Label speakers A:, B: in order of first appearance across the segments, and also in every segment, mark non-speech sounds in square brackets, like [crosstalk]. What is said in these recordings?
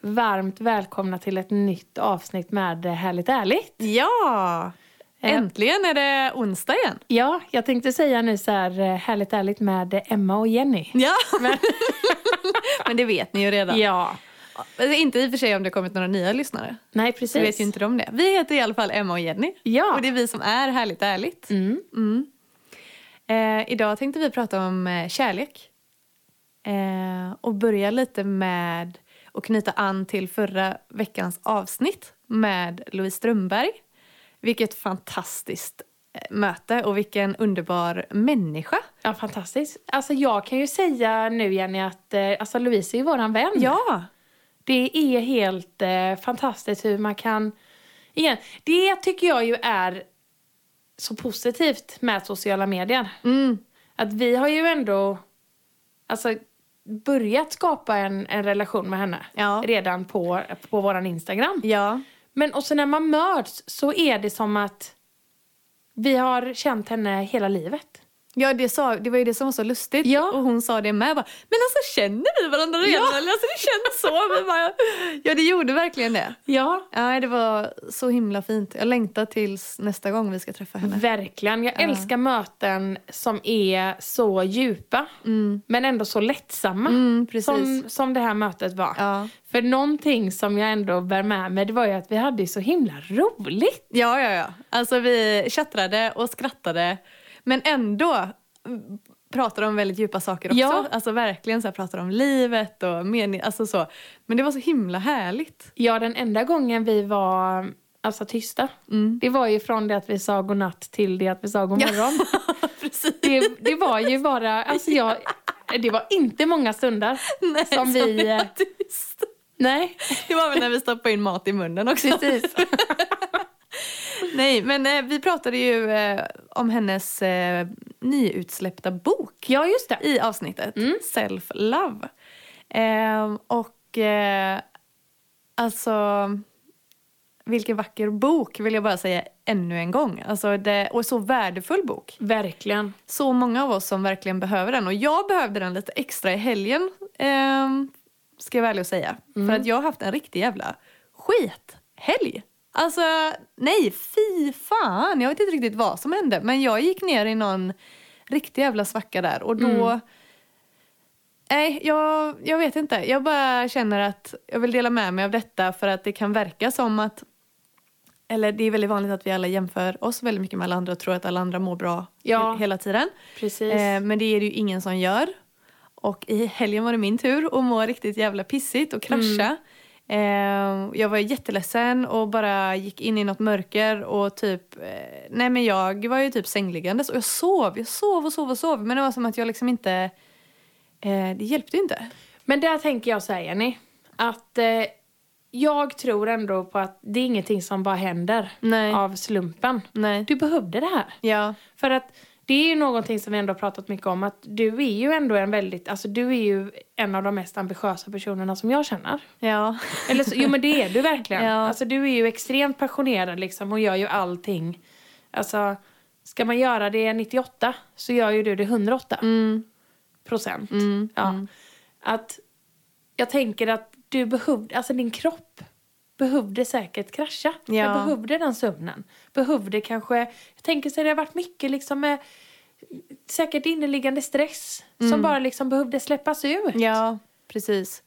A: varmt välkomna till ett nytt avsnitt med Härligt ärligt.
B: Ja! Äntligen är det onsdag igen.
A: Ja, jag tänkte säga nu så här eh, Härligt ärligt med Emma och Jenny.
B: Ja, [laughs] men, men det vet ni ju redan.
A: Ja,
B: Alltså, Inte i och för sig om det kommit några nya lyssnare.
A: nej
B: Så
A: precis.
B: vet ju inte de det. Vi heter i alla fall Emma och Jenny.
A: Ja.
B: Och det är vi som är Härligt Ärligt.
A: Mm.
B: Mm. Eh, idag tänkte vi prata om eh, kärlek. Eh, och börja lite med att knyta an till förra veckans avsnitt med Louise Strömberg. Vilket fantastiskt eh, möte och vilken underbar människa.
A: Ja, fantastiskt. Alltså jag kan ju säga nu Jenny att eh, alltså, Louise är ju våran vän.
B: Ja!
A: Det är helt eh, fantastiskt hur man kan... Igen, det tycker jag ju är så positivt med sociala medier.
B: Mm.
A: Att vi har ju ändå alltså, börjat skapa en, en relation med henne
B: Ja.
A: redan på, på vår Instagram.
B: Ja.
A: Men och så när man möts så är det som att vi har känt henne hela livet.
B: Ja, det, sa, det var ju det som var så lustigt.
A: Ja.
B: Och hon sa det med. Bara, men alltså känner vi varandra redan? Eller, Alltså, det känns så. Vi bara, ja, det gjorde verkligen det.
A: Ja.
B: Ja, det var så himla fint. Jag längtar tills nästa gång vi ska träffa henne.
A: Verkligen. Jag älskar möten som är så djupa men ändå så lättsamma.
B: Mm, precis.
A: som, som det här mötet var.
B: Ja.
A: För någonting som jag ändå bär med mig det var ju att vi hade ju så himla roligt.
B: Ja, ja, ja. Alltså vi tjattrade och skrattade. Men ändå mm, pratade om väldigt djupa saker också.
A: Ja.
B: Alltså verkligen så här, pratade om livet och mening. Alltså så. Men det var så himla härligt.
A: Ja, den enda gången vi var alltså, tysta,
B: Mm.
A: det var ju från det att vi sa godnatt till det att vi sa god
B: Ja. [laughs]
A: morgon.
B: Precis.
A: Det, det var ju bara, alltså jag, det var inte många stunder
B: Nej,
A: som vi... eh,
B: tyst.
A: Nej,
B: [laughs] Det var väl när vi stoppade in mat i munnen också.
A: precis.
B: [laughs] Nej, men eh, vi pratade ju eh, om hennes eh, nyutsläppta bok
A: Ja, just det. Mm.
B: i avsnittet Self-Love. Ehm, och eh, alltså, vilken vacker bok vill jag bara säga ännu en gång. Alltså det, och så värdefull bok.
A: Verkligen.
B: Så många av oss som verkligen behöver den. Och jag behövde den lite extra i helgen, ehm, ska jag vara ärlig och säga. För att jag har haft en riktig jävla skithelg. Alltså, nej, fy fan. Jag vet inte riktigt vad som hände. Men jag gick ner i någon riktig jävla svacka där. Och då... Nej, jag, jag vet inte. Jag bara känner att jag vill dela med mig av detta för att det kan verka som att... Eller det är väldigt vanligt att vi alla jämför oss väldigt mycket med alla andra och tror att alla andra mår bra
A: Ja.
B: he- hela tiden.
A: Precis.
B: Eh, men det är det ju ingen som gör. Och i helgen var det min tur att må riktigt jävla pissigt och krascha. Eh, jag var jätteledsen och bara gick in i något mörker och typ... Eh, nej men jag var ju typ sängliggandes och jag sov, jag sov och sov och sov. Men det var som att jag liksom inte... Eh, det hjälpte ju inte.
A: Men där tänker jag så här, Jenny. Att eh, jag tror ändå på att det är ingenting som bara händer
B: Nej.
A: av slumpen.
B: Nej.
A: Du behövde det här.
B: Ja.
A: För att det är ju någonting som vi ändå har pratat mycket om. Att du är ju ändå en väldigt, alltså du är ju en av de mest ambitiösa personerna som jag känner.
B: Ja.
A: Eller så, jo men det är du verkligen.
B: Ja.
A: Alltså du är ju extremt passionerad liksom och gör ju allting. Alltså ska man göra det 98 så gör ju du det 108
B: Mm.
A: procent.
B: Mm.
A: Ja. Att jag tänker att du behövde, alltså din kropp behövde säkert krascha.
B: Ja.
A: Jag behövde den sömnen. Behövde kanske, jag tänker så det har varit mycket liksom med säkert inneliggande stress som bara liksom behövde släppas ut.
B: Mm. Ja, precis.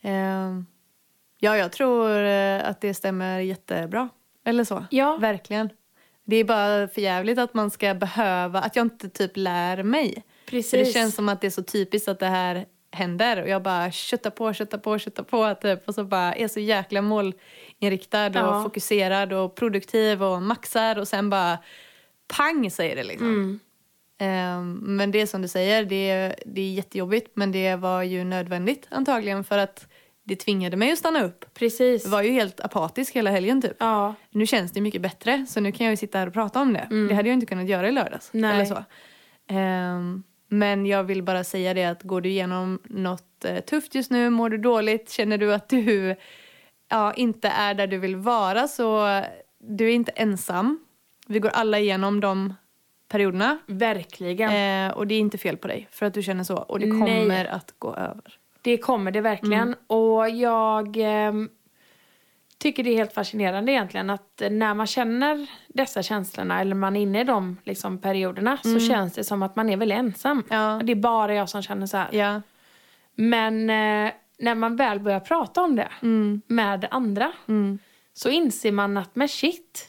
B: Eh, ja, jag tror eh, att det stämmer jättebra. Eller så.
A: Ja.
B: Verkligen. Det är bara för jävligt att man ska behöva, att jag inte typ lär mig.
A: Precis.
B: För det känns som att det är så typiskt att det här händer och jag bara köttar på, köttar på, köttar på typ och så bara är så jäkla målinriktad och
A: Ja.
B: fokuserad och produktiv och maxar och sen bara pang säger det liksom.
A: Mm.
B: Ehm, Men det är som du säger, det är, det är jättejobbigt men det var ju nödvändigt antagligen för att det tvingade mig att stanna upp.
A: Precis.
B: Jag var ju helt apatisk hela helgen typ.
A: Ja.
B: Nu känns det mycket bättre så nu kan jag ju sitta här och prata om det. Det hade jag inte kunnat göra i lördags.
A: Mm. Nej.
B: Eller så. Ehm, men jag vill bara säga det att går du igenom något eh, tufft just nu, mår du dåligt, känner du att du ja, inte är där du vill vara så du är inte ensam. Vi går alla igenom de perioderna
A: Verkligen.
B: Eh, och det är inte fel på dig för att du känner så. Och det
A: Nej.
B: kommer att gå över.
A: Det kommer det verkligen.
B: Mm.
A: Och jag ehm, tycker det är helt fascinerande egentligen att när man känner dessa känslorna eller man är inne i de liksom, perioderna så känns det som att man är väl ensam.
B: Mm. Ja.
A: Det är bara jag som känner så här.
B: Ja.
A: Men eh, när man väl börjar prata om det
B: Mm.
A: med andra så inser man att men shit,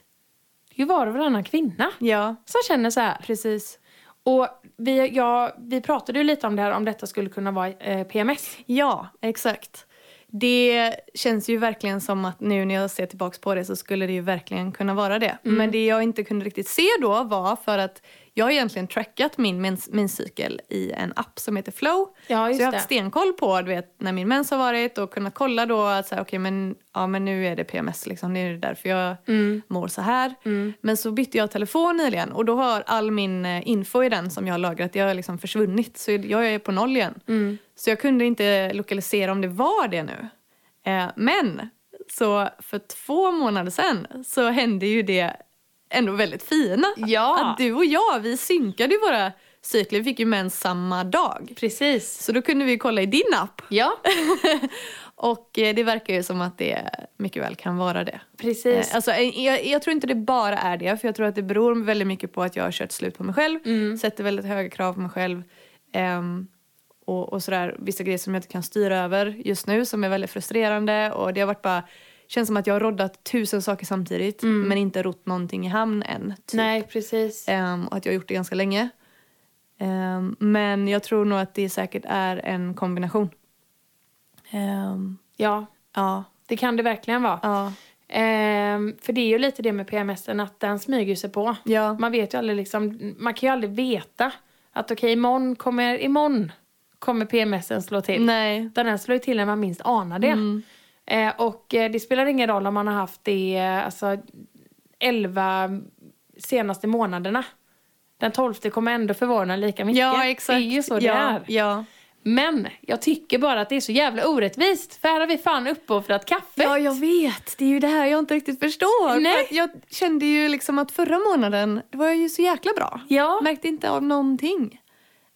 A: det är ju var och varannan kvinna
B: Ja,
A: som känner så här.
B: precis.
A: Och vi, ja, vi pratade ju lite om det här, om detta skulle kunna vara eh, PMS.
B: Ja, exakt. Det känns ju verkligen som att nu när jag ser tillbaka på det så skulle det ju verkligen kunna vara det. Men det jag inte kunde riktigt se då var för att jag har egentligen trackat min, mens, min cykel i en app som heter Flow.
A: Ja,
B: så jag har haft stenkoll på du vet, när min mens har varit och kunnat kolla då att så här, okej, men, ja, men nu är det PMS, liksom. nu är det därför jag mår så här. Men så bytte jag telefon nyligen och då har all min eh, info i den som jag har lagrat det har liksom försvunnit så jag är på noll igen. Så jag kunde inte lokalisera om det var det nu. Eh, men så för två månader sedan så hände ju det ändå väldigt fina.
A: Ja.
B: Att du och jag, vi synkade ju våra cykler, vi fick ju mens samma dag.
A: Precis.
B: Så då kunde vi kolla i din app.
A: Ja,
B: Och eh, det verkar ju som att det mycket väl kan vara det.
A: precis.
B: Eh, Alltså, eh, jag, jag tror inte det bara är det, för jag tror att det beror väldigt mycket på att jag har kört slut på mig själv. Sätter väldigt höga krav på mig själv. ehm, och, och sådär, vissa grejer som jag inte kan styra över just nu som är väldigt frustrerande. Och det har varit bara, känns som att jag har roddat tusen saker samtidigt men inte rott någonting i hamn än. Typ.
A: Nej, precis.
B: Ehm, och att jag har gjort det ganska länge. Ehm, men jag tror nog att det säkert är en kombination. Ehm,
A: Ja,
B: ja,
A: det kan det verkligen vara.
B: ja,
A: Ehm, för det är ju lite det med PMS, att den smyger ju sig på.
B: ja.
A: Man vet ju aldrig liksom, man kan ju aldrig veta att okej, imorgon kommer, imorgon kommer PMSen slå till.
B: Nej. Mm.
A: Utan den slår ju till när man minst anar det. Eh, och eh, det spelar ingen roll om man har haft det eh, alltså, 11 senaste månaderna. Den 12 kommer ändå förvåna lika mycket.
B: Ja, exakt.
A: Det är ju så
B: ja,
A: det är.
B: Ja.
A: Men jag tycker bara att det är så jävla orättvist. För här har vi fan uppoffrat kaffet.
B: ja, jag vet. Det är ju det här jag inte riktigt förstår.
A: Nej.
B: För att jag kände ju liksom att förra månaden då var jag ju så jäkla bra.
A: Ja.
B: Märkte inte av någonting.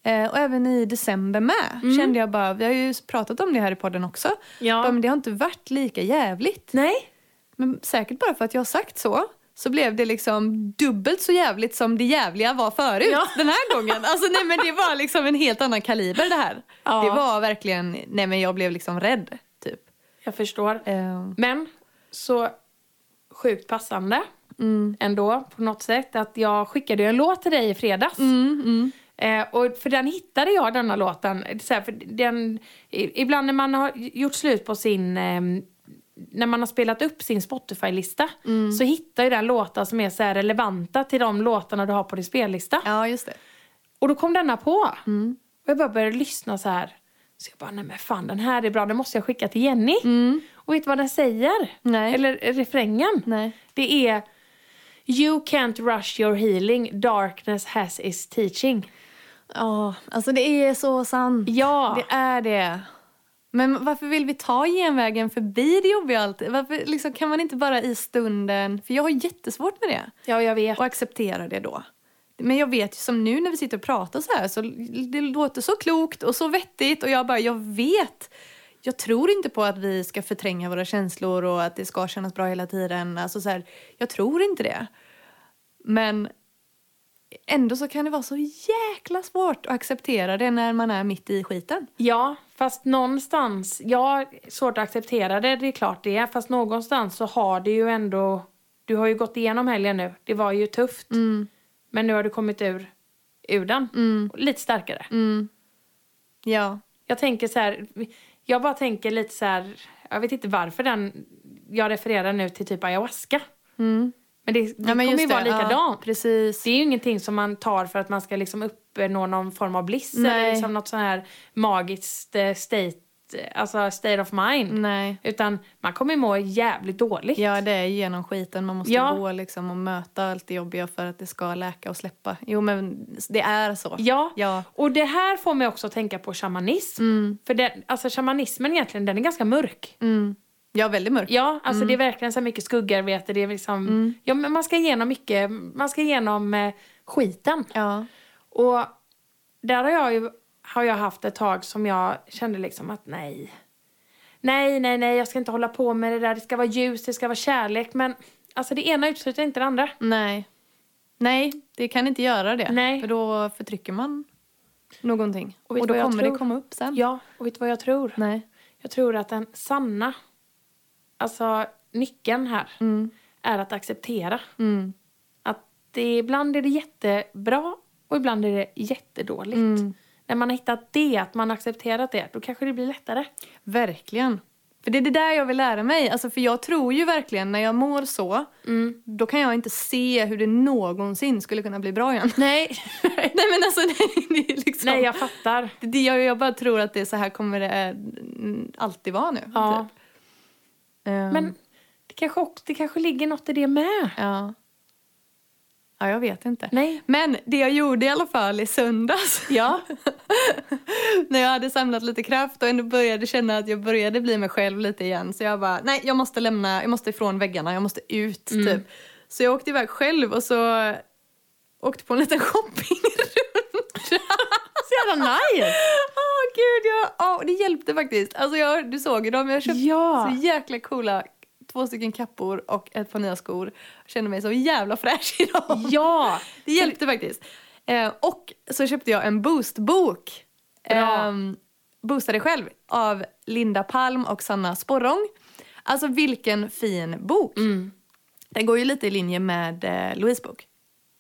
B: Eh, och även i december med kände jag bara, vi har ju pratat om det här i podden också.
A: Mm. Ja.
B: Bara, men det har inte varit lika jävligt.
A: Nej.
B: Men säkert bara för att jag har sagt så så blev det liksom dubbelt så jävligt som det jävliga var förut
A: Ja.
B: den här gången. Alltså nej men det var liksom en helt annan kaliber det här.
A: Ja.
B: Det var verkligen, nej men jag blev liksom rädd typ.
A: Jag förstår.
B: Eh,
A: Men så sjukt passande Mm. ändå på något sätt att jag skickade ju en låt till dig i fredags.
B: mm,
A: Eh, och för den hittade jag, denna låten. Så här, för den, i, ibland när man har gjort slut på sin... Eh, när man har spelat upp sin Spotify-lista så hittar ju den låtar som är så här relevanta till de låtarna du har på din spellista.
B: ja just det.
A: Och då kom denna på. Och jag bara började lyssna så här. Så jag bara, nej men fan den här är bra, den måste jag skicka till Jenny. Och vet du vad den säger?
B: Nej.
A: Eller refrängen?
B: Nej.
A: Det är You can't rush your healing, darkness has its teaching.
B: Ja, alltså det är så sant.
A: Ja,
B: Det är det. Men varför vill vi ta genvägen förbi det jobbiga alltid? Varför liksom, kan man inte bara i stunden, för jag har jättesvårt med det.
A: ja jag vet.
B: och acceptera det då. Men jag vet ju som nu när vi sitter och pratar så här så det låter så klokt och så vettigt och jag bara, jag vet. Jag tror inte på att vi ska förtränga våra känslor och att det ska kännas bra hela tiden. Alltså så här, jag tror inte det. Men ändå så kan det vara så jäkla svårt att acceptera det när man är mitt i skiten.
A: Ja, fast någonstans, ja svårt att acceptera det, det är klart det är. Fast någonstans så har det ju ändå, du har ju gått igenom helgen nu. Det var ju tufft. Men nu har du kommit ur, ur den. Lite starkare.
B: Ja.
A: Jag tänker så här, jag bara tänker lite så här, jag vet inte varför den, jag refererar nu till typ ayahuasca. Men det, det
B: Mm. ja
A: kommer
B: men just
A: ju vara
B: det. Ja,
A: likadant.
B: precis.
A: Det är ju ingenting som man tar för att man ska liksom uppnå någon form av bliss eller
B: Nej.
A: liksom något sån här magiskt eh, state, alltså state of mind.
B: Nej.
A: Utan man kommer ju må jävligt dåligt.
B: Mm. Ja, det är genom skiten. Man måste
A: Ja.
B: gå liksom och möta allt det jobbiga för att det ska läka och släppa. Jo, men det är så.
A: Ja.
B: Ja.
A: och det här får mig också att tänka på shamanism. För den, alltså shamanismen egentligen, den är ganska mörk.
B: Mm. Ja, väldigt mörkt.
A: Ja, alltså det är
B: Mm.
A: verkligen så här mycket skuggarbete. Det är liksom, ja, men man ska igenom mycket, man ska igenom eh, skiten.
B: Ja.
A: Och där har jag ju har jag haft ett tag som jag kände liksom att nej. Nej, nej, nej, jag ska inte hålla på med det där. Det ska vara ljus, det ska vara kärlek. Men alltså det ena utesluter inte det andra.
B: Nej. Nej, det kan inte göra det.
A: Nej.
B: För då förtrycker man någonting.
A: Och
B: Och,
A: vet du
B: då
A: vad jag
B: kommer
A: tror?
B: det komma upp sen.
A: Ja, och vet du vad jag tror?
B: Mm. Nej.
A: Jag tror att den sanna, alltså nyckeln här,
B: Mm.
A: är att acceptera.
B: Mm.
A: Att det, ibland är det jättebra och ibland är det jättedåligt.
B: Mm.
A: När man har hittat det, att man har accepterat det, då kanske det blir lättare.
B: Verkligen. För det är det där jag vill lära mig. Alltså, för jag tror ju verkligen när jag mår så,
A: Mm.
B: då kan jag inte se hur det någonsin skulle kunna bli bra igen.
A: [laughs] Nej,
B: Nej men alltså [laughs] det, det är liksom...
A: nej jag fattar.
B: det, det, jag, jag bara tror att det är så här kommer det eh, alltid vara nu.
A: Ja.
B: typ. Ehm,
A: Men det kanske, också, det kanske ligger något i det med.
B: Ja. Ja, jag vet inte.
A: Nej.
B: Men det jag gjorde i alla fall i söndags. [laughs]
A: Ja.
B: när jag hade samlat lite kraft och ändå började känna att jag började bli mig själv lite igen. Så jag bara, nej jag måste lämna, jag måste ifrån väggarna, jag måste ut
A: Mm.
B: typ. Så jag åkte iväg själv och så åkte på en liten [laughs] shoppingrunda.
A: Så jävla nice!
B: Åh gud, jag, åh, det hjälpte faktiskt. Alltså jag, du såg ju dem, jag köpte
A: Ja.
B: så jäkla coola två stycken kappor och ett par nya skor. Jag kände mig så jävla fräsch [laughs] idag.
A: Ja!
B: Det hjälpte faktiskt. Eh, och så köpte jag en boostbok. ehm,
A: Bra.
B: boostade själv av Linda Palm och Sanna Sporrong. Alltså vilken fin bok.
A: Mm.
B: Den går ju lite i linje med eh, Louise bok.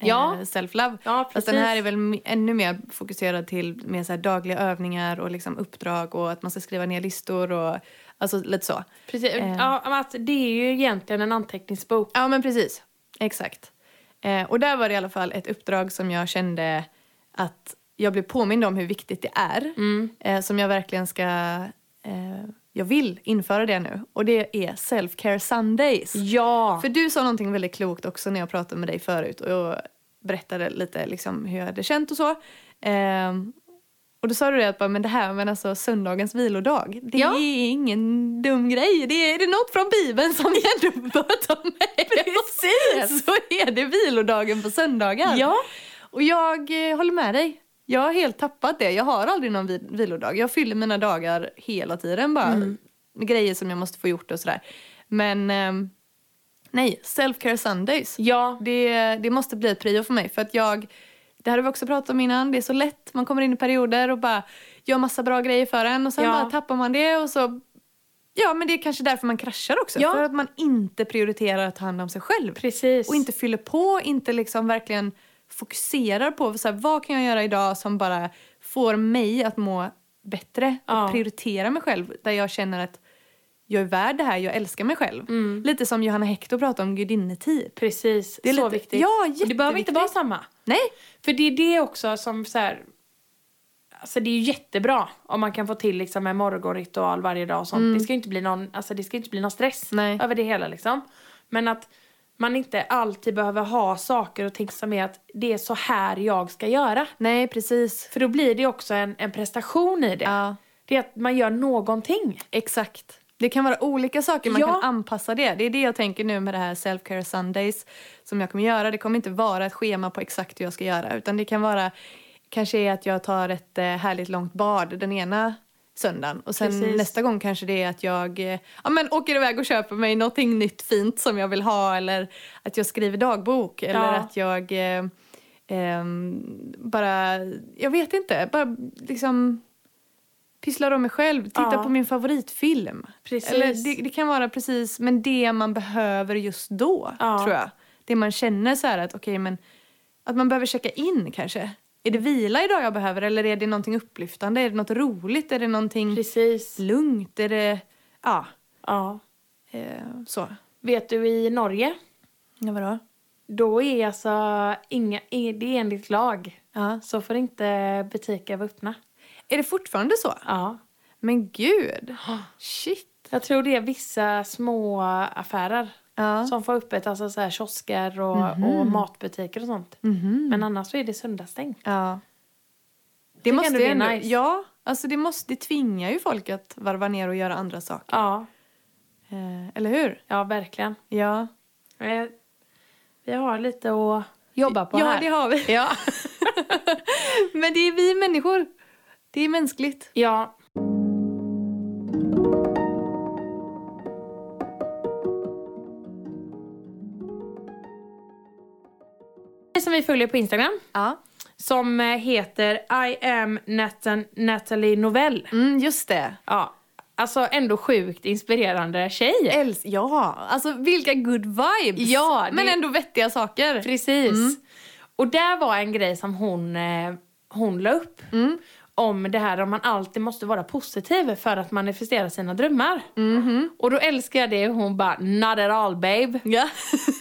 B: Eh,
A: Ja.
B: Self-love.
A: Ja,
B: Fast den
A: precis.
B: här är väl m- ännu mer fokuserad till mer så här dagliga övningar och liksom uppdrag och att man ska skriva ner listor och alltså lite så.
A: Precis.
B: Eh.
A: Ja, men alltså, det är ju egentligen en anteckningsbok.
B: Ja, men precis. Exakt. Eh, och där var det i alla fall ett uppdrag som jag kände att jag blev påmind om hur viktigt det är. Eh, som jag verkligen ska... Eh, jag vill införa det nu. Och det är Self-Care Sundays.
A: Ja!
B: För du sa någonting väldigt klokt också när jag pratade med dig förut och jag berättade lite liksom hur jag hade känt och så. Ehm, och då sa du det att bara, men det här men alltså söndagens vilodag, det
A: Ja.
B: är ingen dum grej. Det är, är det något från Bibeln som vi ändå [laughs] bör ta med Precis! Så är det vilodagen på söndagar.
A: Ja.
B: Och jag eh, håller med dig. Jag har helt tappat det. Jag har aldrig någon vi- vilodag. Jag fyller mina dagar hela tiden bara
A: Mm.
B: med grejer som jag måste få gjort och sådär. Men ehm, Nej, Self-Care Sundays.
A: Ja.
B: Det, det måste bli ett prio för mig. För att jag, det hade vi också pratat om innan, det är så lätt. Man kommer in i perioder och bara gör massa bra grejer för en och sen
A: Ja.
B: bara tappar man det och så... Ja, men det är kanske därför man kraschar också.
A: Ja.
B: För att man inte prioriterar att ta hand om sig själv.
A: Precis.
B: Och inte fyller på, inte liksom verkligen fokuserar på så här, vad kan jag göra idag som bara får mig att må bättre
A: Ja.
B: och prioritera mig själv där jag känner att jag är värd det här, jag älskar mig själv. Lite som Johanna Hector pratade om gudinnetid.
A: Precis.
B: Det är
A: så
B: lite-
A: viktigt.
B: Ja,
A: Och Det behöver inte
B: jätteviktigt.
A: vara samma.
B: Nej,
A: För det är det också som så här... Alltså det är ju jättebra om man kan få till liksom en morgonritual varje dag och sånt. Det ska ju inte bli någon, alltså det ska ju inte bli någon stress
B: Mm. Nej.
A: över det hela liksom. Men att man inte alltid behöver ha saker och ting som är att det är så här jag ska göra.
B: nej precis.
A: För då blir det också en, en prestation i det.
B: Ja,
A: Det är att man gör någonting.
B: exakt. Det kan vara olika saker, man
A: Ja.
B: kan anpassa det. Det är det jag tänker nu med det här Self-Care Sundays som jag kommer göra. Det kommer inte vara ett schema på exakt hur jag ska göra utan det kan vara kanske är att jag tar ett eh, härligt långt bad den ena söndagen och sen
A: Precis.
B: nästa gång kanske det är att jag eh, ja, men åker iväg och köper mig någonting nytt fint som jag vill ha eller att jag skriver dagbok eller
A: Ja.
B: att jag eh, ehm, bara, jag vet inte, bara liksom pysslar om mig själv, tittar
A: Ja.
B: på min favoritfilm.
A: Precis.
B: Eller det, det kan vara precis, men det man behöver just då,
A: Ja.
B: tror jag. Det man känner så här att, okej, men att man behöver checka in kanske. Är det vila idag jag behöver eller är det någonting upplyftande? Är det något roligt? Är det någonting
A: Precis.
B: lugnt? Är det, ja,
A: Ja.
B: eh, så.
A: Vet du i Norge,
B: Ja, vadå?
A: då är alltså inga, är det är enligt lag.
B: Ja.
A: Så får inte butiker vara öppna.
B: Är det fortfarande så?
A: Ja.
B: Men
A: [gasps]
B: gud, shit.
A: Jag tror det är vissa små affärer
B: Ja.
A: som får öppet, alltså så här kiosker och, och matbutiker och sånt.
B: Mhm.
A: Men annars så är det söndagsstängt.
B: Ja. Det
A: Tycker
B: måste
A: ändå
B: ju
A: det är
B: ändå,
A: nice.
B: ja, alltså det måste det tvingar ju folk att varva ner och göra andra saker.
A: Ja,
B: Eh, eller hur?
A: ja verkligen.
B: Ja.
A: Eh, Vi har lite att jobba på
B: [laughs] ja,
A: här.
B: det har vi. Ja. Men det är vi människor. Det är mänskligt.
A: Ja. Det som vi följer på Instagram
B: Ja.
A: som eh, heter I am Natan- Natalie Novell.
B: Mm, just det.
A: Ja, alltså ändå sjukt inspirerande tjej.
B: Äls ja, alltså vilka good vibes.
A: Ja, det-
B: Men ändå vettiga saker.
A: Precis. Mm. Och där var en grej som hon, eh, hon la upp.
B: Mm.
A: Om det här om man alltid måste vara positiv för att manifestera sina drömmar.
B: Mm-hmm.
A: Och då älskar jag det hon bara, not at all
B: [laughs]
A: babe.
B: [laughs] Ja.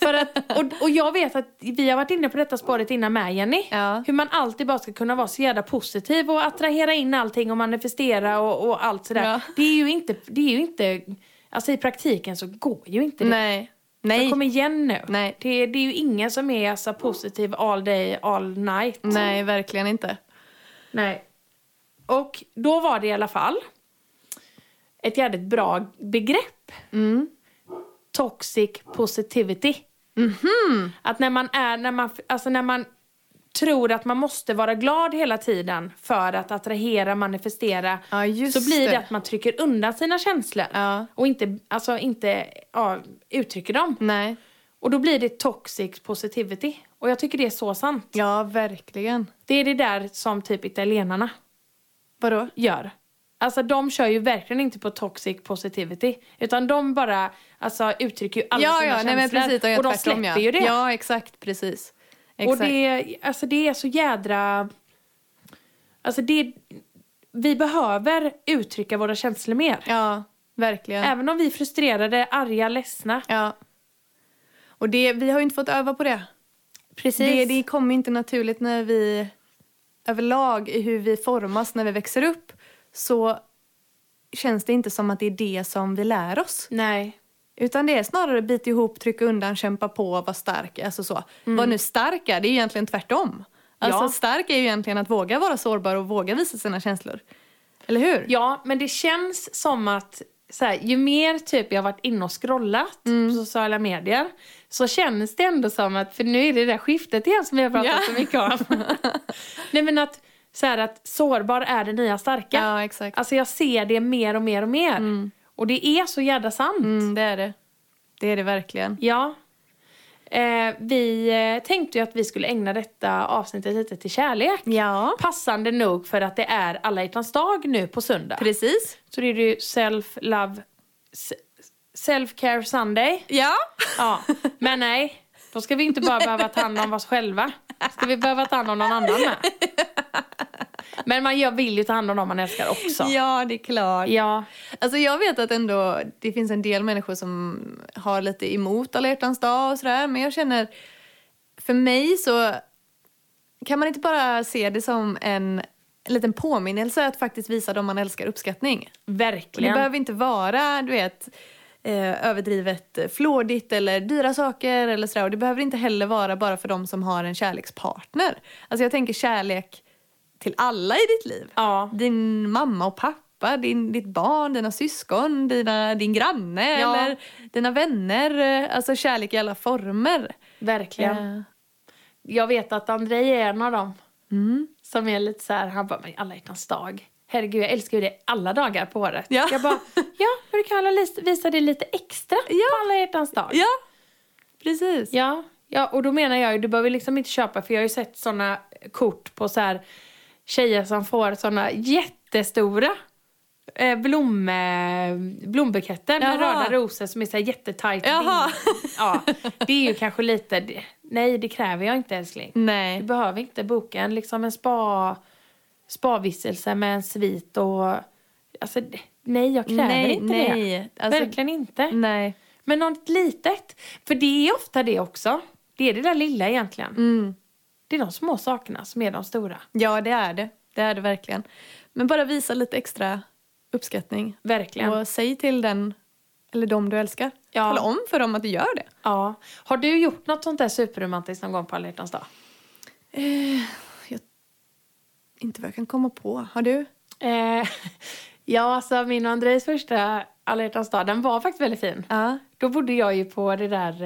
A: För att, och, och jag vet att vi har varit inne på detta spåret innan med Jenny.
B: Ja.
A: Hur man alltid bara ska kunna vara så jävla positiv och attrahera in allting och manifestera och, och allt sådär.
B: Ja.
A: Det är ju inte, det är ju inte, alltså i praktiken så går ju inte det.
B: [laughs] Nej.
A: Så
B: Nej.
A: kom igen nu.
B: Nej.
A: Det, det är ju ingen som är så positiv all day, all night.
B: Nej, verkligen inte.
A: Nej. Och då var det i alla fall ett jävligt bra begrepp.
B: Mm.
A: Toxic positivity.
B: Mm-hmm.
A: Att när man är, när man, alltså när man tror att man måste vara glad hela tiden för att attrahera, manifestera,
B: Ja, just
A: så blir det.
B: det.
A: att man trycker undan sina känslor.
B: Ja.
A: Och inte, alltså inte ja, uttrycker dem.
B: Nej.
A: Och då blir det toxic positivity. Och jag tycker det är så sant.
B: Ja, verkligen.
A: Det är det där som typ italienarna
B: Vadå?
A: gör. Alltså de kör ju verkligen inte på toxic positivity. Utan de bara alltså, uttrycker ju alla
B: ja,
A: sina
B: ja,
A: känslor.
B: nej, men precis,
A: och de släpper
B: tvärtom, ja.
A: ju det.
B: Ja, exakt, precis.
A: och
B: Exakt.
A: det, alltså, det är så jädra... Alltså det... Vi behöver uttrycka våra känslor mer.
B: Ja, verkligen.
A: Även om vi är frustrerade, arga, ledsna.
B: Ja. Och det, vi har ju inte fått öva på det.
A: Precis.
B: Det, det kommer ju inte naturligt när vi överlag i hur vi formas när vi växer upp så känns det inte som att det är det som vi lär oss.
A: Nej.
B: Utan det är snarare bit ihop, trycka undan, kämpa på, vara stark. Alltså så. Var nu stark är, det är ju egentligen tvärtom. Alltså
A: Ja.
B: stark är ju egentligen att våga vara sårbar och våga visa sina känslor. Eller hur?
A: Ja, men det känns som att så här, ju mer typ jag har varit inne och scrollat
B: Mm.
A: på sociala medier så känns det ändå som att, för nu är det det där skiftet igen som vi har pratat
B: Ja.
A: så mycket
B: [laughs]
A: om. Nej men att, så här, att sårbar är det nya starka.
B: Ja, exakt.
A: Alltså jag ser det mer och mer och mer. Och det är så jävla sant.
B: Mm, det är det. Det är det verkligen.
A: Ja. Eh, vi eh, tänkte ju att vi skulle ägna detta avsnittet lite till kärlek.
B: Ja.
A: Passande nog för att det är alla hjärtans dag nu på söndag.
B: Precis.
A: Så det är ju self love se- self-care Sunday.
B: Ja. [laughs]
A: Ja, men nej. Då ska vi inte bara behöva ta hand om oss själva. Ska vi behöva ta hand om någon annan med? Men man jag vill ju ta hand om dem man älskar också.
B: Ja, det är klart.
A: Ja,
B: Alltså jag vet att ändå det finns en del människor som har lite emot alla hjärtans dag och sådär. Men jag känner, för mig så kan man inte bara se det som en, en liten påminnelse att faktiskt visa dem man älskar uppskattning. Och det
A: verkligen.
B: behöver inte vara, du vet, eh, överdrivet eh, flådigt eller dyra saker eller sådär. Och det behöver inte heller vara bara för dem som har en kärlekspartner. Alltså jag tänker kärlek till alla i ditt liv.
A: Ja.
B: Din mamma och pappa, din, ditt barn, dina syskon, dina, din granne
A: Ja.
B: eller dina vänner. Eh, Alltså kärlek i alla former.
A: Verkligen.
B: Eh,
A: Jag vet att Andrei är en av dem.
B: mm.
A: Som är lite så här, han bara, men alla hjärtans dag. Herregud, jag älskar ju det alla dagar på året.
B: Ja.
A: Jag bara, ja, men du kan väl visa det lite extra på alla hjärtans dag.
B: Ja, precis.
A: Ja, ja, och då menar jag ju, du behöver liksom inte köpa för jag har ju sett såna kort på så här tjejer som får såna jättestora eh, blom, eh, blombuketter med
B: Jaha.
A: röda rosor som är så här jättetajt.
B: Jaha.
A: Ja, det är ju kanske lite, det- nej det kräver jag inte älskling. Du
B: [laughs] Nej.
A: behöver inte boka en, liksom en spa, spavistelse med en svit och, alltså det- nej jag kräver
B: Nej,
A: inte
B: nej.
A: det.
B: Alltså-
A: Verkligen inte.
B: Nej.
A: Men något litet. För det är ofta det också. Det är det där lilla egentligen.
B: Mm.
A: Det är de små sakerna som är de stora.
B: Ja, det är det. Det är det verkligen. Men bara visa lite extra uppskattning.
A: Verkligen.
B: Och säg till den, eller de du älskar.
A: Ja.
B: Tala om för dem att du gör det.
A: Ja. Har du gjort något sånt där superromantiskt någon gång på alla hjärtans dag?
B: Inte vad jag kan komma på. Har du?
A: Eh, [laughs] ja, alltså min och Andrejs första alla hjärtans dag, den var faktiskt väldigt fin.
B: Ja.
A: Då bodde jag ju på det där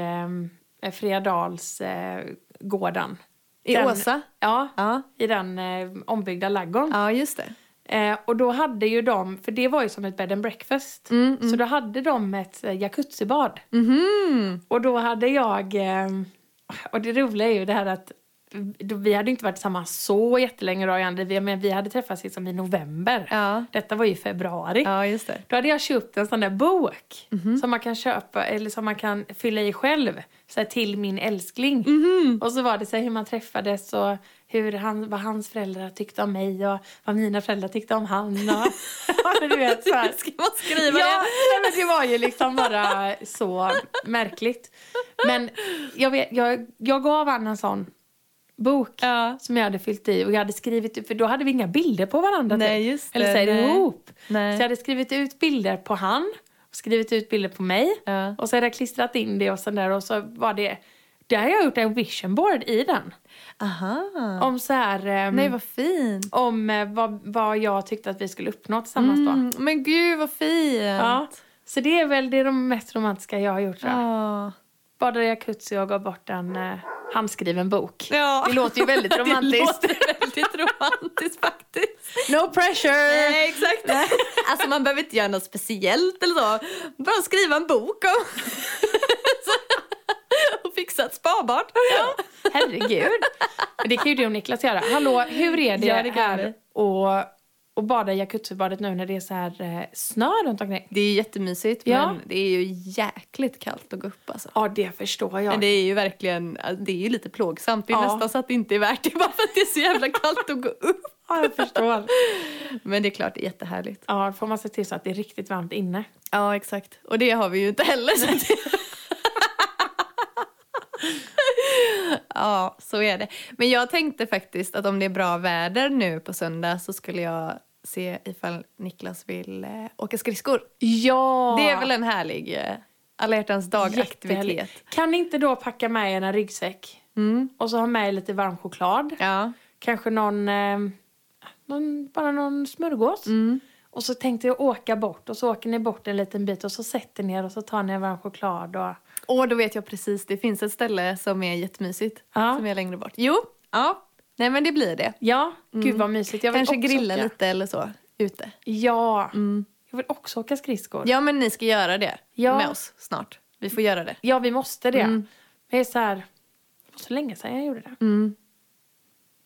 A: eh, Fredalsgården. Eh, gården.
B: I
A: Den-
B: Åsa?
A: Ja,
B: Ja.
A: i den eh, ombyggda laggården.
B: Ja, just det.
A: Eh, och då hade ju de, för det var ju som ett bed and breakfast.
B: Mm,
A: Så då hade de ett eh, jacuzzibad.
B: Mhm.
A: Och då hade jag... eh, Och det roliga är ju det här att då- vi hade ju inte varit tillsammans så jättelänge då, Andy. Vi, men vi hade träffats liksom i november.
B: Ja.
A: Detta var ju i februari.
B: ja, Mhm. just det.
A: Då hade jag köpt en sån där bok som man kan köpa eller som man kan fylla i själv. Så här, till min älskling.
B: Mhm.
A: Och så var det så här, hur man träffades och hur han, vad hans föräldrar tyckte om mig och vad mina föräldrar tyckte om han.
B: [laughs]
A: Och, [laughs] och du vet, så här.
B: Ska man skriva
A: Ja,
B: det?
A: nej, men det var ju liksom bara så märkligt. Men jag, vet, jag, jag gav Anna en sån bok
B: Ja.
A: som jag hade fyllt i och jag hade skrivit ut, för då hade vi inga bilder på varandra.
B: Nej,
A: typ.
B: just det,
A: Eller så här,
B: nej.
A: ihop.
B: Nej.
A: Så jag hade skrivit ut bilder på han, skrivit ut bilder på mig
B: Ja.
A: och så hade jag klistrat in det och sen där och så var det, där har jag gjort en vision board i den.
B: Aha.
A: Om så här, ehm,
B: Nej, vad fint.
A: om eh, vad, vad jag tyckte att vi skulle uppnå tillsammans då.
B: Mm, men gud, vad fint.
A: Ja. Så det är väl det är de mest romantiska jag har gjort. tror jag.
B: Ja.
A: Badade i jacuzzi och gav bort en eh, handskriven bok.
B: Ja.
A: Det låter ju väldigt romantiskt.
B: [laughs] Det låter väldigt romantiskt faktiskt.
A: No pressure!
B: Nej, exakt. [laughs] Alltså man behöver inte göra något speciellt eller så. Bara skriva en bok om... [laughs] och fixa ett sparbarn.
A: [laughs] Herregud. Men det kan ju du och Niklas göra. Hallå, hur är det,
B: Ja, det kan
A: här och, och bada i jacuzzibadet nu när det är så här eh, snö runt omkring?
B: Det är ju jättemysigt
A: Ja.
B: men det är ju jäkligt kallt att gå upp alltså.
A: Ja, det förstår
B: Men
A: jag.
B: det är ju verkligen, alltså, det är ju lite plågsamt. Det är
A: Ja.
B: nästan så att det inte är värt det [laughs] bara för att det är så jävla kallt att gå upp.
A: Ja, jag förstår.
B: Men det är klart, det är jättehärligt.
A: [laughs] Ja, då får man se till så att det är riktigt varmt inne.
B: Ja, exakt. Och det har vi ju inte heller. Så
A: [laughs]
B: att... ja, så är det. Men jag tänkte faktiskt att om det är bra väder nu på söndag så skulle jag se ifall Niklas vill eh, åka skridskor.
A: Ja!
B: Det är väl en härlig eh, alla hjärtans dag-aktivitet.
A: Jättehärligt. Kan ni inte då packa med er en ryggsäck
B: Mm.
A: och så ha med er lite varm choklad?
B: Ja.
A: Kanske någon, eh, någon, bara någon smörgås.
B: Mm.
A: Och så tänkte jag åka bort och så åker ni bort en liten bit och så sätter ni er och så tar ni en varm choklad och...
B: Och då vet jag precis, det finns ett ställe som är jättemysigt.
A: Ja.
B: Som är längre bort. Jo, ja. Nej men det blir det.
A: Ja, gud vad mysigt. Jag vill
B: Mm. Kanske
A: också
B: grilla
A: åka.
B: lite eller så, ute.
A: Ja, jag vill också åka skridskor. Ja,
B: Ja, men ni ska göra det
A: Ja.
B: med oss snart. Vi får göra det.
A: vi måste det.
B: Mm.
A: Det är så här, det var så länge sedan jag gjorde det.
B: Mm.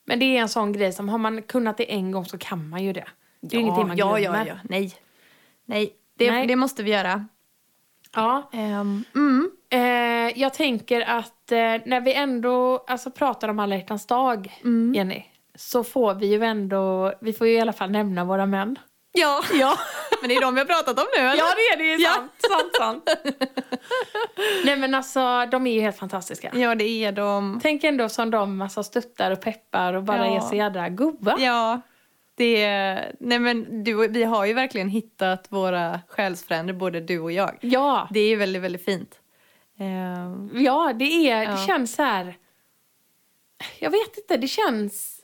A: Men det är en sån grej som har man kunnat det en gång så kan man ju det. Det är ingenting man
B: ja,
A: glömmer.
B: ja, ja. Nej. Nej. Det,
A: Nej.
B: det måste vi göra.
A: ja.
B: Ehm, mm.
A: Eh, jag tänker att eh, när vi ändå alltså, pratar om alla hjärtans dag, Jenny, så får vi ju ändå, vi får ju i alla fall nämna våra män.
B: Ja.
A: [laughs]
B: ja. men det är de vi har pratat om nu, eller?
A: det är det,
B: Ja.
A: sant, sant. [laughs] Nej men alltså, de är ju helt fantastiska.
B: ja, det är de.
A: Tänk ändå som de alltså, stöttar och peppar och bara
B: Ja.
A: är så jädra goa.
B: Ja. Det är, nej men du, och- vi har ju verkligen hittat våra själsfränder, både du och jag.
A: Ja,
B: Det är ju väldigt, väldigt fint. Ehm,
A: ja, det, är, det
B: Ja.
A: känns så här... Jag vet inte, det känns...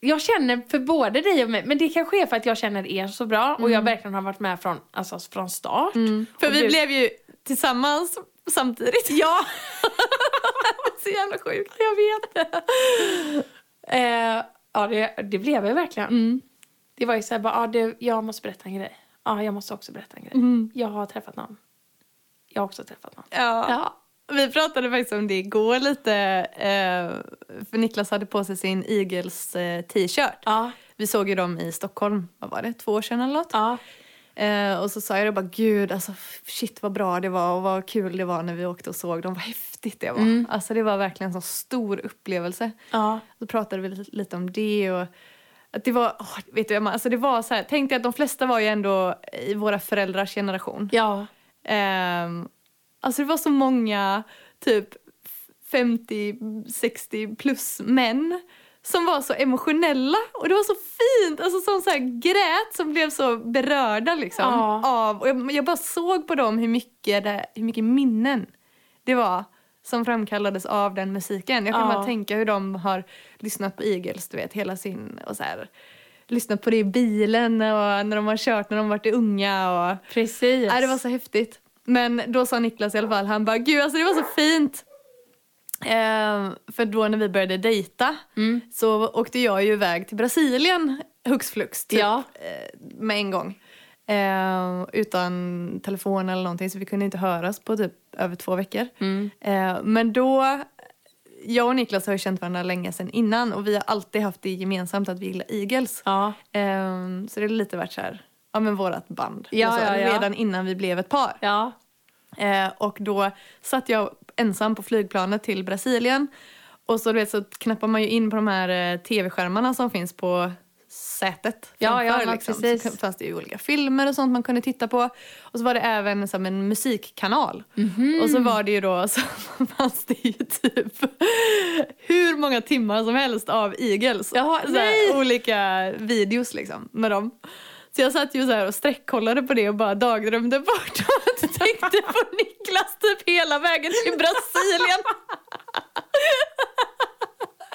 A: Jag känner för både dig och mig, men det kanske är för att jag känner er så bra och jag verkligen har varit med från, alltså, från start.
B: Mm. För
A: Och
B: vi
A: du-
B: blev ju tillsammans samtidigt. [laughs] Ja! Så jävla sjukt.
A: Jag vet. eh, ja, det, det blev jag verkligen. Det var ju så här, bara, ah, du, jag måste berätta en grej. Ja, jag måste också berätta en grej. Jag har träffat någon. Jag har också träffat någon.
B: Ja.
A: Ja.
B: Vi pratade faktiskt om det igår lite. Eh, för Niklas hade på sig sin Eagles eh, t-shirt.
A: Ja.
B: Vi såg ju dem i Stockholm, vad var det, två år sedan eller något?
A: Ja.
B: Eh, och så sa jag det bara, gud alltså f- shit vad bra det var och vad kul det var när vi åkte och såg dem, vad häftigt det var. Alltså det var verkligen en sån stor upplevelse.
A: Ja.
B: Då pratade vi lite, lite om det och att det var, åh, vet du Emma, alltså det var så här, tänk dig att de flesta var ju ändå i våra föräldrars generation.
A: Ja.
B: Ehm, alltså det var så många typ 50-60 plus män som var så emotionella och det var så fint, alltså som så här grät som blev så berörda liksom
A: Ja.
B: av, och jag, jag bara såg på dem hur mycket, det, hur mycket minnen det var som framkallades av den musiken. Jag kan
A: Ja.
B: bara tänka hur de har lyssnat på Eagles, du vet, hela sin och så här lyssnat på det i bilen och när de har kört när de varit unga och
A: Precis.
B: Nej, det var så häftigt. Men då sa Niklas i alla fall, han bara, gud alltså det var så fint. Eh, för då när vi började dejta så åkte jag ju iväg till Brasilien hux flux typ,
A: Ja.
B: eh, med en gång. Eh, utan telefon eller någonting så vi kunde inte höras på typ över två veckor. Eh, men då, jag och Niklas har ju känt varandra länge sedan innan och vi har alltid haft det gemensamt att vi gillar igels.
A: Ja.
B: Ehm, så det är lite varit så här, ja men vårat band.
A: Ja,
B: Alltså,
A: ja, ja.
B: Redan innan vi blev ett par.
A: Ja.
B: Eh, och då satt jag ensam på flygplanet till Brasilien. Och så, du vet, så knappar man ju in på de här eh, tv-skärmarna som finns på sätet.
A: Ja,
B: framför, liksom.
A: ja, ja,
B: Så
A: precis.
B: kun- fanns det ju olika filmer och sånt man kunde titta på. Och så var det även som en musikkanal. Och så
A: Mhm.
B: var det ju då, så [laughs] fanns det ju typ hur många timmar som helst av Eagles.
A: Jaha,
B: så här,
A: nej!
B: olika videos liksom med dem. Så jag satt ju så här och sträckkollade på det och bara dagdrömde bort [laughs] och tänkte på Niklas typ hela vägen
A: [laughs]
B: till Brasilien.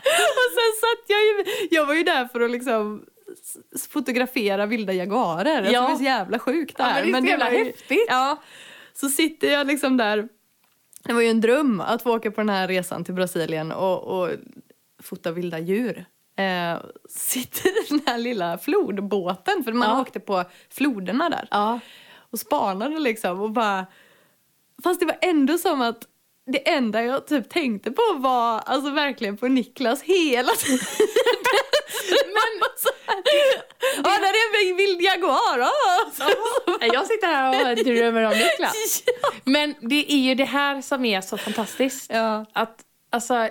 B: [laughs] och sen satt jag ju, jag var ju där för att liksom s- fotografera vilda jaguarer. Alltså,
A: Ja.
B: Det var så jävla sjukt det
A: Ja,
B: här.
A: men det är så jävla
B: var ju-
A: häftigt.
B: Ja, så sitter jag liksom där. Det var ju en dröm att få åka på den här resan till Brasilien och, och fota vilda djur. Eh, sitter i den här lilla flodbåten, för man
A: Ja.
B: åkte på floderna där.
A: Ja.
B: Och spanade liksom och bara... Fast det var ändå som att det enda jag typ tänkte på var alltså verkligen på Niklas hela tiden.
A: [laughs]
B: Men,
A: Alltså,
B: så här, ja, där är en vild jaguar! ah." [laughs] Så- så-
A: Jag sitter här och drömmer om Niklas.
B: Ja.
A: Men det är ju det här som är så fantastiskt.
B: Ja.
A: Att, alltså,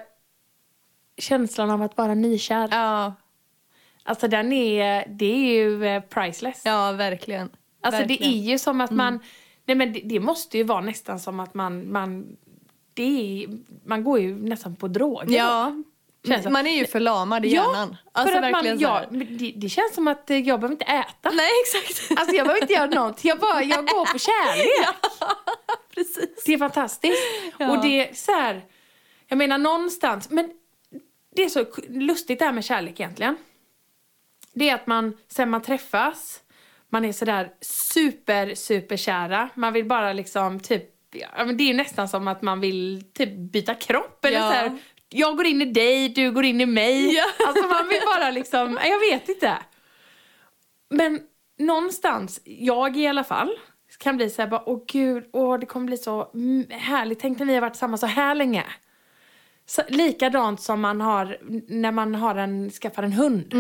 A: känslan av att vara nykär.
B: Ja,
A: Alltså den är, det är ju eh, priceless.
B: ja verkligen.
A: Alltså
B: verkligen. Mm.
A: det är ju som att man, nej men det, det måste ju vara nästan som att man, man, det är, man går ju nästan på droger.
B: Ja.
A: Känns som-
B: Man är ju förlamad i hjärnan. Alltså
A: för att man,
B: verkligen så
A: ja,
B: här. [laughs]
A: men det, det känns som att eh, jag behöver inte äta.
B: Nej, exakt.
A: Alltså jag behöver inte göra
B: [laughs]
A: något, jag bara, jag går på kärlek.
B: Precis.
A: Det är fantastiskt.
B: [laughs] Ja.
A: Och det är så här, jag menar någonstans, men det är så k- lustigt det här med kärlek egentligen. Det är att man, sen man träffas, man är sådär super, superkära. Man vill bara liksom typ, ja, men det är ju nästan som att man vill typ byta kropp eller
B: Ja.
A: så här. Jag går in i dig, du går in i mig.
B: Ja.
A: Alltså man vill bara liksom, jag vet inte. Men någonstans, jag i alla fall, kan bli så här bara, åh gud, åh det kommer bli så mm, härligt. Tänk när vi har varit tillsammans så här länge. Så, likadant som man har n- när man har en, skaffar en hund.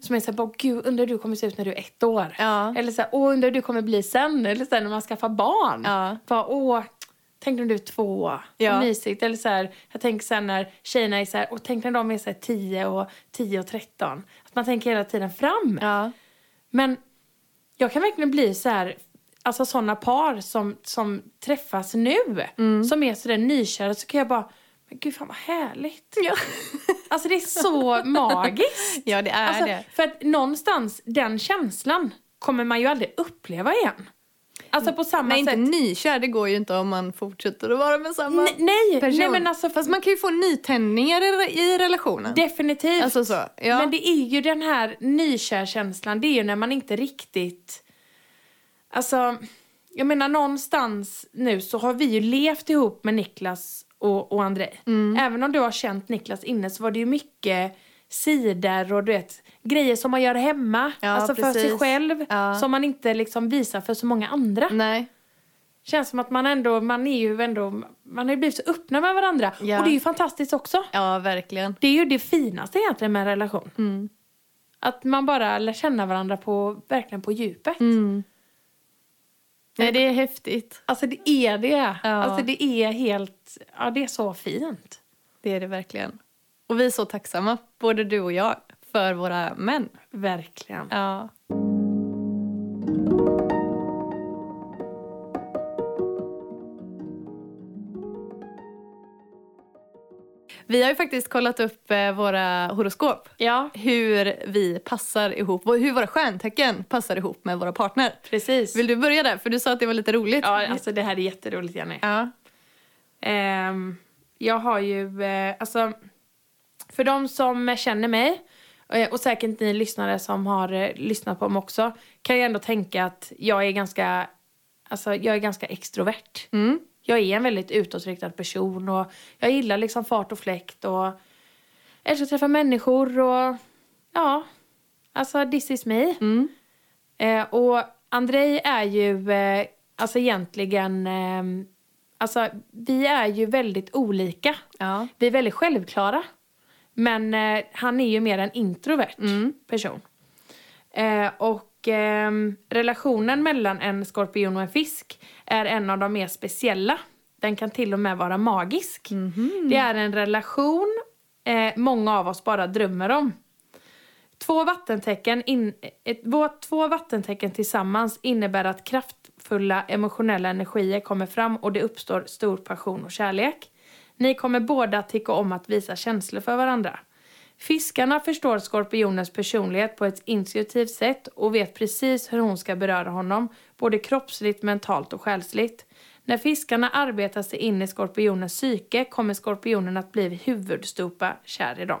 A: Som är så här, bara, gud, undrar hur du kommer se ut när du är ett år.
B: Mm. Ja.
A: Eller så här, åh undrar hur du kommer bli sen. Eller så här, när man skaffar barn.
B: Ja.
A: Bara, åh, tänk när du är två.
B: Ja.
A: Vad mysigt. Eller så här, jag tänker sen när tjejerna är så här, och tänk när de är så här 10 och 10 och 13. Att man tänker hela tiden fram.
B: Ja.
A: Men jag kan verkligen bli så här, alltså sådana par som, som träffas nu,
B: Mm.
A: som är sådär nykära, så kan jag bara, men gud fan vad härligt.
B: Ja.
A: [laughs] Alltså det är så magiskt.
B: [laughs] ja, det är
A: Alltså,
B: det.
A: För att någonstans, den känslan kommer man ju aldrig uppleva igen. Alltså på samma
B: Mm. Nej, inte
A: sätt.
B: nykär. Det går ju inte om man fortsätter att vara med samma
A: Nej, nej,
B: person.
A: nej men alltså
B: Fast man kan ju få nytändningar i, i relationen.
A: definitivt.
B: Alltså så, ja.
A: Men det är ju den här nykärkänslan, det är ju när man inte riktigt... Alltså, jag menar någonstans nu så har vi ju levt ihop med Niklas och, och Andrej.
B: Mm.
A: Även om du har känt Niklas inne så var det ju mycket sidor och du vet, grejer som man gör hemma.
B: Ja,
A: alltså för sig
B: precis.
A: själv.
B: Ja. Mm.
A: Som man inte liksom visar för så många andra.
B: Nej.
A: Känns som att man ändå, man är ju ändå, man har ju blivit så öppna med varandra.
B: Ja.
A: Och det är ju fantastiskt också.
B: Ja, verkligen.
A: Det är ju det finaste egentligen med en relation.
B: Mm.
A: Att man bara lär känna varandra på, verkligen på djupet.
B: Mm. Nej, det är häftigt.
A: Alltså det är det.
B: Ja.
A: Alltså det är helt, ja det är så fint.
B: Det är det verkligen. Och vi är så tacksamma, både du och jag, för våra män.
A: Verkligen.
B: Ja. Vi har ju faktiskt kollat upp eh, våra horoskop.
A: Ja,
B: Hur vi passar ihop, och hur våra stjärntecken passar ihop med våra partner.
A: precis.
B: Vill du börja där? För du sa att det var lite roligt.
A: Ja, alltså det här är jätteroligt Jenny.
B: Ja.
A: Ehm, jag har ju, eh, alltså, för de som känner mig eh, och säkert ni lyssnare som har eh, lyssnat på mig också kan jag ändå tänka att jag är ganska, alltså jag är ganska extrovert.
B: Mm.
A: jag är en väldigt utåtriktad person och jag gillar liksom fart och fläkt och älskar att träffa människor och ja, alltså this is me.
B: Mm.
A: Eh, och Andrei är ju, eh, alltså egentligen, eh, alltså vi är ju väldigt olika.
B: Ja.
A: Vi är väldigt självklara. Men eh, han är ju mer en introvert
B: Mm.
A: person. Eh, och ehm, relationen mellan en skorpion och en fisk är en av de mer speciella. Den kan till och med vara magisk. Det är en relation eh, många av oss bara drömmer om. Två vattentecken, in, ett, vårt, två vattentecken tillsammans innebär att kraftfulla emotionella energier kommer fram och det uppstår stor passion och kärlek. Ni kommer båda att tycka om att visa känslor för varandra. Fiskarna förstår skorpionens personlighet på ett intuitivt sätt och vet precis hur hon ska beröra honom, både kroppsligt, mentalt och själsligt. När fiskarna arbetar sig in i skorpionens psyke kommer skorpionen att bli huvudstupa kär i dem.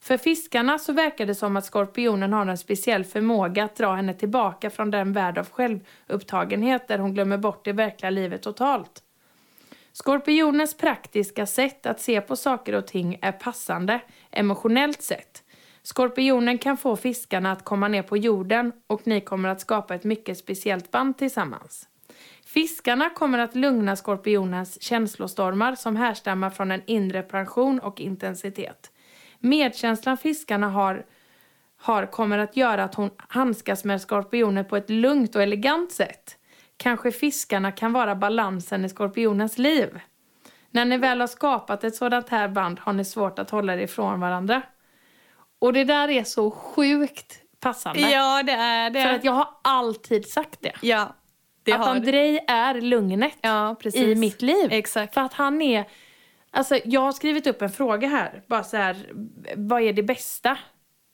A: För fiskarna så verkar det som att skorpionen har en speciell förmåga att dra henne tillbaka från den värld av självupptagenhet där hon glömmer bort det verkliga livet totalt. Skorpionens praktiska sätt att se på saker och ting är passande, emotionellt sett. Skorpionen kan få fiskarna att komma ner på jorden och ni kommer att skapa ett mycket speciellt band tillsammans. Fiskarna kommer att lugna skorpionens känslostormar som härstammar från en inre pension och intensitet. Medkänslan fiskarna har, har kommer att göra att hon handskas med skorpionen på ett lugnt och elegant sätt. Kanske fiskarna kan vara balansen i skorpionens liv. När ni väl har skapat ett sådant här band har ni svårt att hålla er ifrån varandra. Och det där är så sjukt passande.
B: ja, det är det.
A: För att jag har alltid sagt det.
B: ja, det
A: att
B: har du.
A: Andrei är lugnet
B: Ja, precis.
A: i mitt liv.
B: Exakt.
A: För att han är... Alltså, jag har skrivit upp en fråga här. Bara så här, vad är det bästa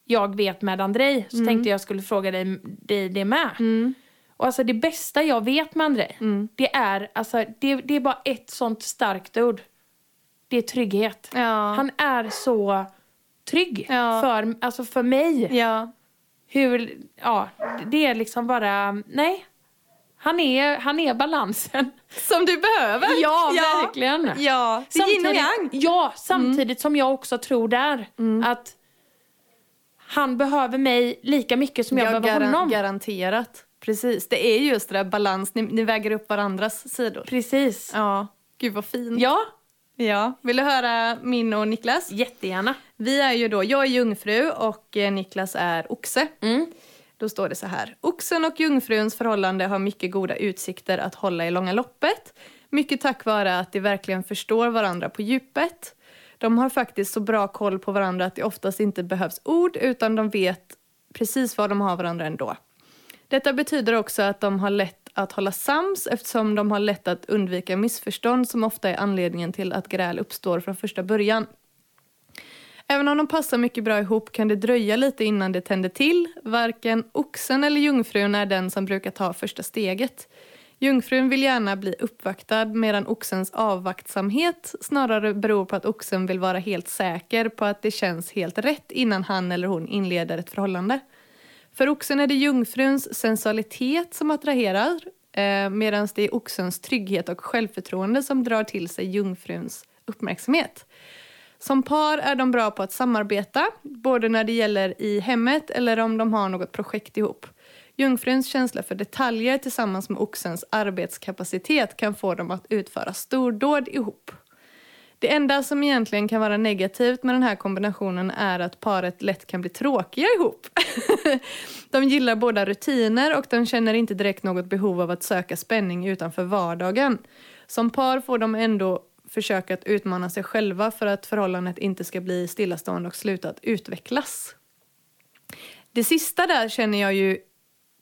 A: jag vet med Andrei?
B: Mm.
A: Så tänkte jag skulle fråga dig, dig det med. Och alltså det bästa jag vet med Andrei,
B: Mm.
A: det är alltså, det, det är bara ett sånt starkt ord. Det är trygghet.
B: Ja.
A: Han är så trygg
B: Ja.
A: för, alltså för mig
B: ja.
A: hur, ja, det är liksom bara, nej. Han är, han är balansen.
B: Som du behöver.
A: Ja, verkligen.
B: Ja, Mm. det är yin och yang.
A: ja, samtidigt som jag också tror där
B: Mm.
A: att han behöver mig lika mycket som jag, behöver
B: garan-
A: honom.
B: Garanterat. Precis. Det är just det där balans. Ni, ni väger upp varandras sidor.
A: Precis.
B: Ja. Gud vad fint.
A: Mm. Ja,
B: Ja. Vill du höra min och Niklas?
A: jättegärna.
B: Vi är ju då, jag är jungfru och eh, Niklas är oxe.
A: Mm.
B: Då står det så här. Oxen och jungfruns förhållande har mycket goda utsikter att hålla i långa loppet. Mycket tack vare att de verkligen förstår varandra på djupet. De har faktiskt så bra koll på varandra att det oftast inte behövs ord utan de vet precis vad de har varandra ändå. Detta betyder också att de har lätt att hålla sams eftersom de har lätt att undvika missförstånd som ofta är anledningen till att gräl uppstår från första början. Även om de passar mycket bra ihop kan det dröja lite innan det tänder till. Varken oxen eller jungfrun är den som brukar ta första steget. Jungfrun vill gärna bli uppvaktad medan oxens avvaktsamhet snarare beror på att oxen vill vara helt säker på att det känns helt rätt innan han eller hon inleder ett förhållande. För oxen är det jungfruns sensualitet som attraherar eh, medan det är oxens trygghet och självförtroende som drar till sig jungfruns uppmärksamhet. Som par är de bra på att samarbeta, både när det gäller i hemmet eller om de har något projekt ihop. Jungfruns känsla för detaljer tillsammans med oxens arbetskapacitet kan få dem att utföra stordåd ihop. Det enda som egentligen kan vara negativt med den här kombinationen är att paret lätt kan bli tråkiga ihop. de gillar båda rutiner och de känner inte direkt något behov av att söka spänning utanför vardagen. Som par får de ändå försöka att utmana sig själva för att förhållandet inte ska bli stillastående och sluta att utvecklas. Det sista där känner jag ju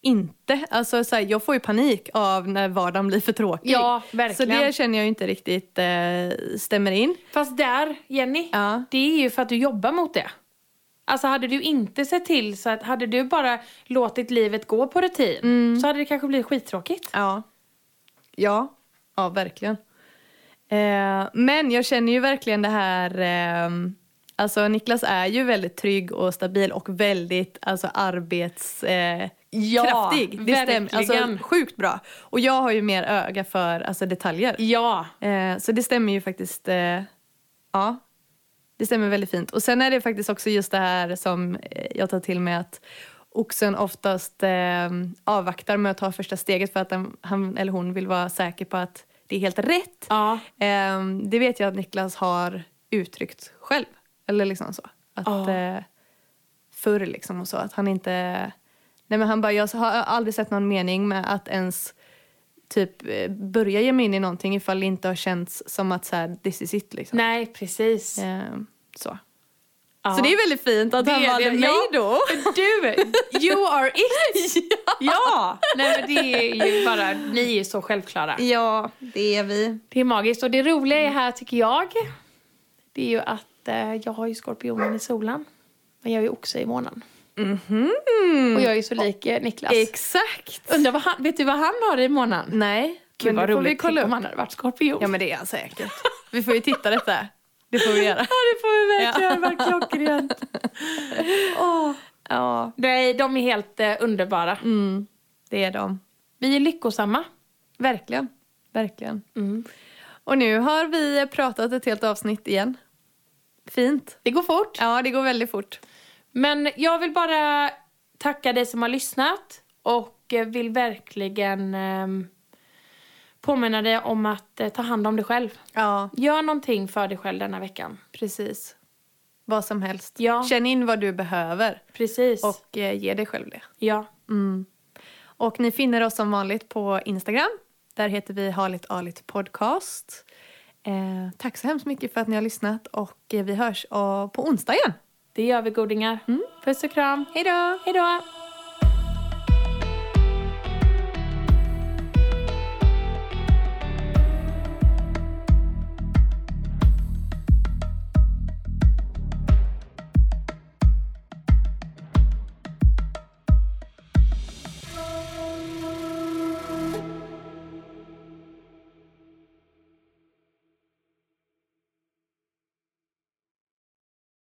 B: inte. Alltså så här, jag får ju panik av när vardagen blir för tråkig.
A: Ja,
B: Så
A: verkligen.
B: det känner jag ju inte riktigt eh, stämmer in.
A: Fast där, Jenny,
B: Ja.
A: det är ju för att du jobbar mot det. Alltså hade du inte sett till så att hade du bara låtit livet gå på rutin
B: Mm.
A: så hade det kanske blivit skittråkigt.
B: Ja. Ja, ja verkligen. Eh, men jag känner ju verkligen det här ehm, Alltså Niklas är ju väldigt trygg och stabil och väldigt alltså, arbetskraftig. Eh,
A: Ja,
B: kraftig. det stämmer.
A: verkligen.
B: Alltså, sjukt bra. Och jag har ju mer öga för alltså, detaljer.
A: Ja.
B: Eh, så det stämmer ju faktiskt. Eh, ja, det stämmer väldigt fint. Och sen är det faktiskt också just det här som eh, jag tar till mig att oxen oftast eh, avvaktar med att ta första steget för att han, han eller hon vill vara säker på att det är helt rätt.
A: Ja.
B: Eh, det vet jag att Niklas har uttryckt själv. Eller liksom så. Att,
A: Ja.
B: eh, förr liksom och så. Att han inte... Nej men han bara, jag har aldrig sett någon mening med att ens typ eh, börja ge mig in i någonting ifall det inte har känts som att så här, this is it liksom.
A: Nej, precis.
B: Eh, så.
A: Ja.
B: Så det är väldigt fint att
A: Det
B: han
A: är
B: valde
A: det.
B: mig
A: Ja.
B: då.
A: Du, you are it! [laughs] ja! Nej, men det är ju bara, ni är ju så självklara.
B: Ja, det är vi.
A: Det är magiskt. Och det roliga är här, tycker jag, det är ju att eh, jag har ju skorpionen i solen. Men jag är ju också i månen.
B: Mm.
A: Och jag är ju så lik eh, Niklas.
B: Hmm, Exakt.
A: Undrar vad han, vet du vad han har i månen?
B: Nej,
A: Gud
B: men
A: vad
B: det får
A: roligt.
B: vi kolla
A: Tänk
B: upp.
A: om han hade varit skorpion.
B: Ja men det är han säkert. Vi får ju
A: [laughs]
B: titta detta. Det får vi göra.
A: Ja, det får vi verkligen
B: Ja.
A: vara [laughs] klockrent. Åh.
B: Ja,
A: Nej, de är helt eh, underbara.
B: mm, det är de.
A: Vi är lyckosamma.
B: Verkligen. Verkligen.
A: Mm.
B: Och nu har vi pratat ett helt avsnitt igen. Fint.
A: Det går fort.
B: Ja, det går väldigt fort.
A: Men jag vill bara tacka dig som har lyssnat och eh, vill verkligen ehm, påminna dig om att eh, ta hand om dig själv.
B: Ja,
A: Gör någonting för dig själv denna veckan.
B: precis. Vad som helst.
A: Ja.
B: Känn in vad du behöver
A: Precis.
B: och eh, ge dig själv det.
A: ja.
B: Och ni finner oss som vanligt på Instagram. Där heter vi Harligt Arligt Podcast. Eh, tack så hemskt mycket för att ni har lyssnat och eh, vi hörs eh, på onsdag igen.
A: Det gör vi godingar. Puss och kram.
B: Hej då!
A: Hej då!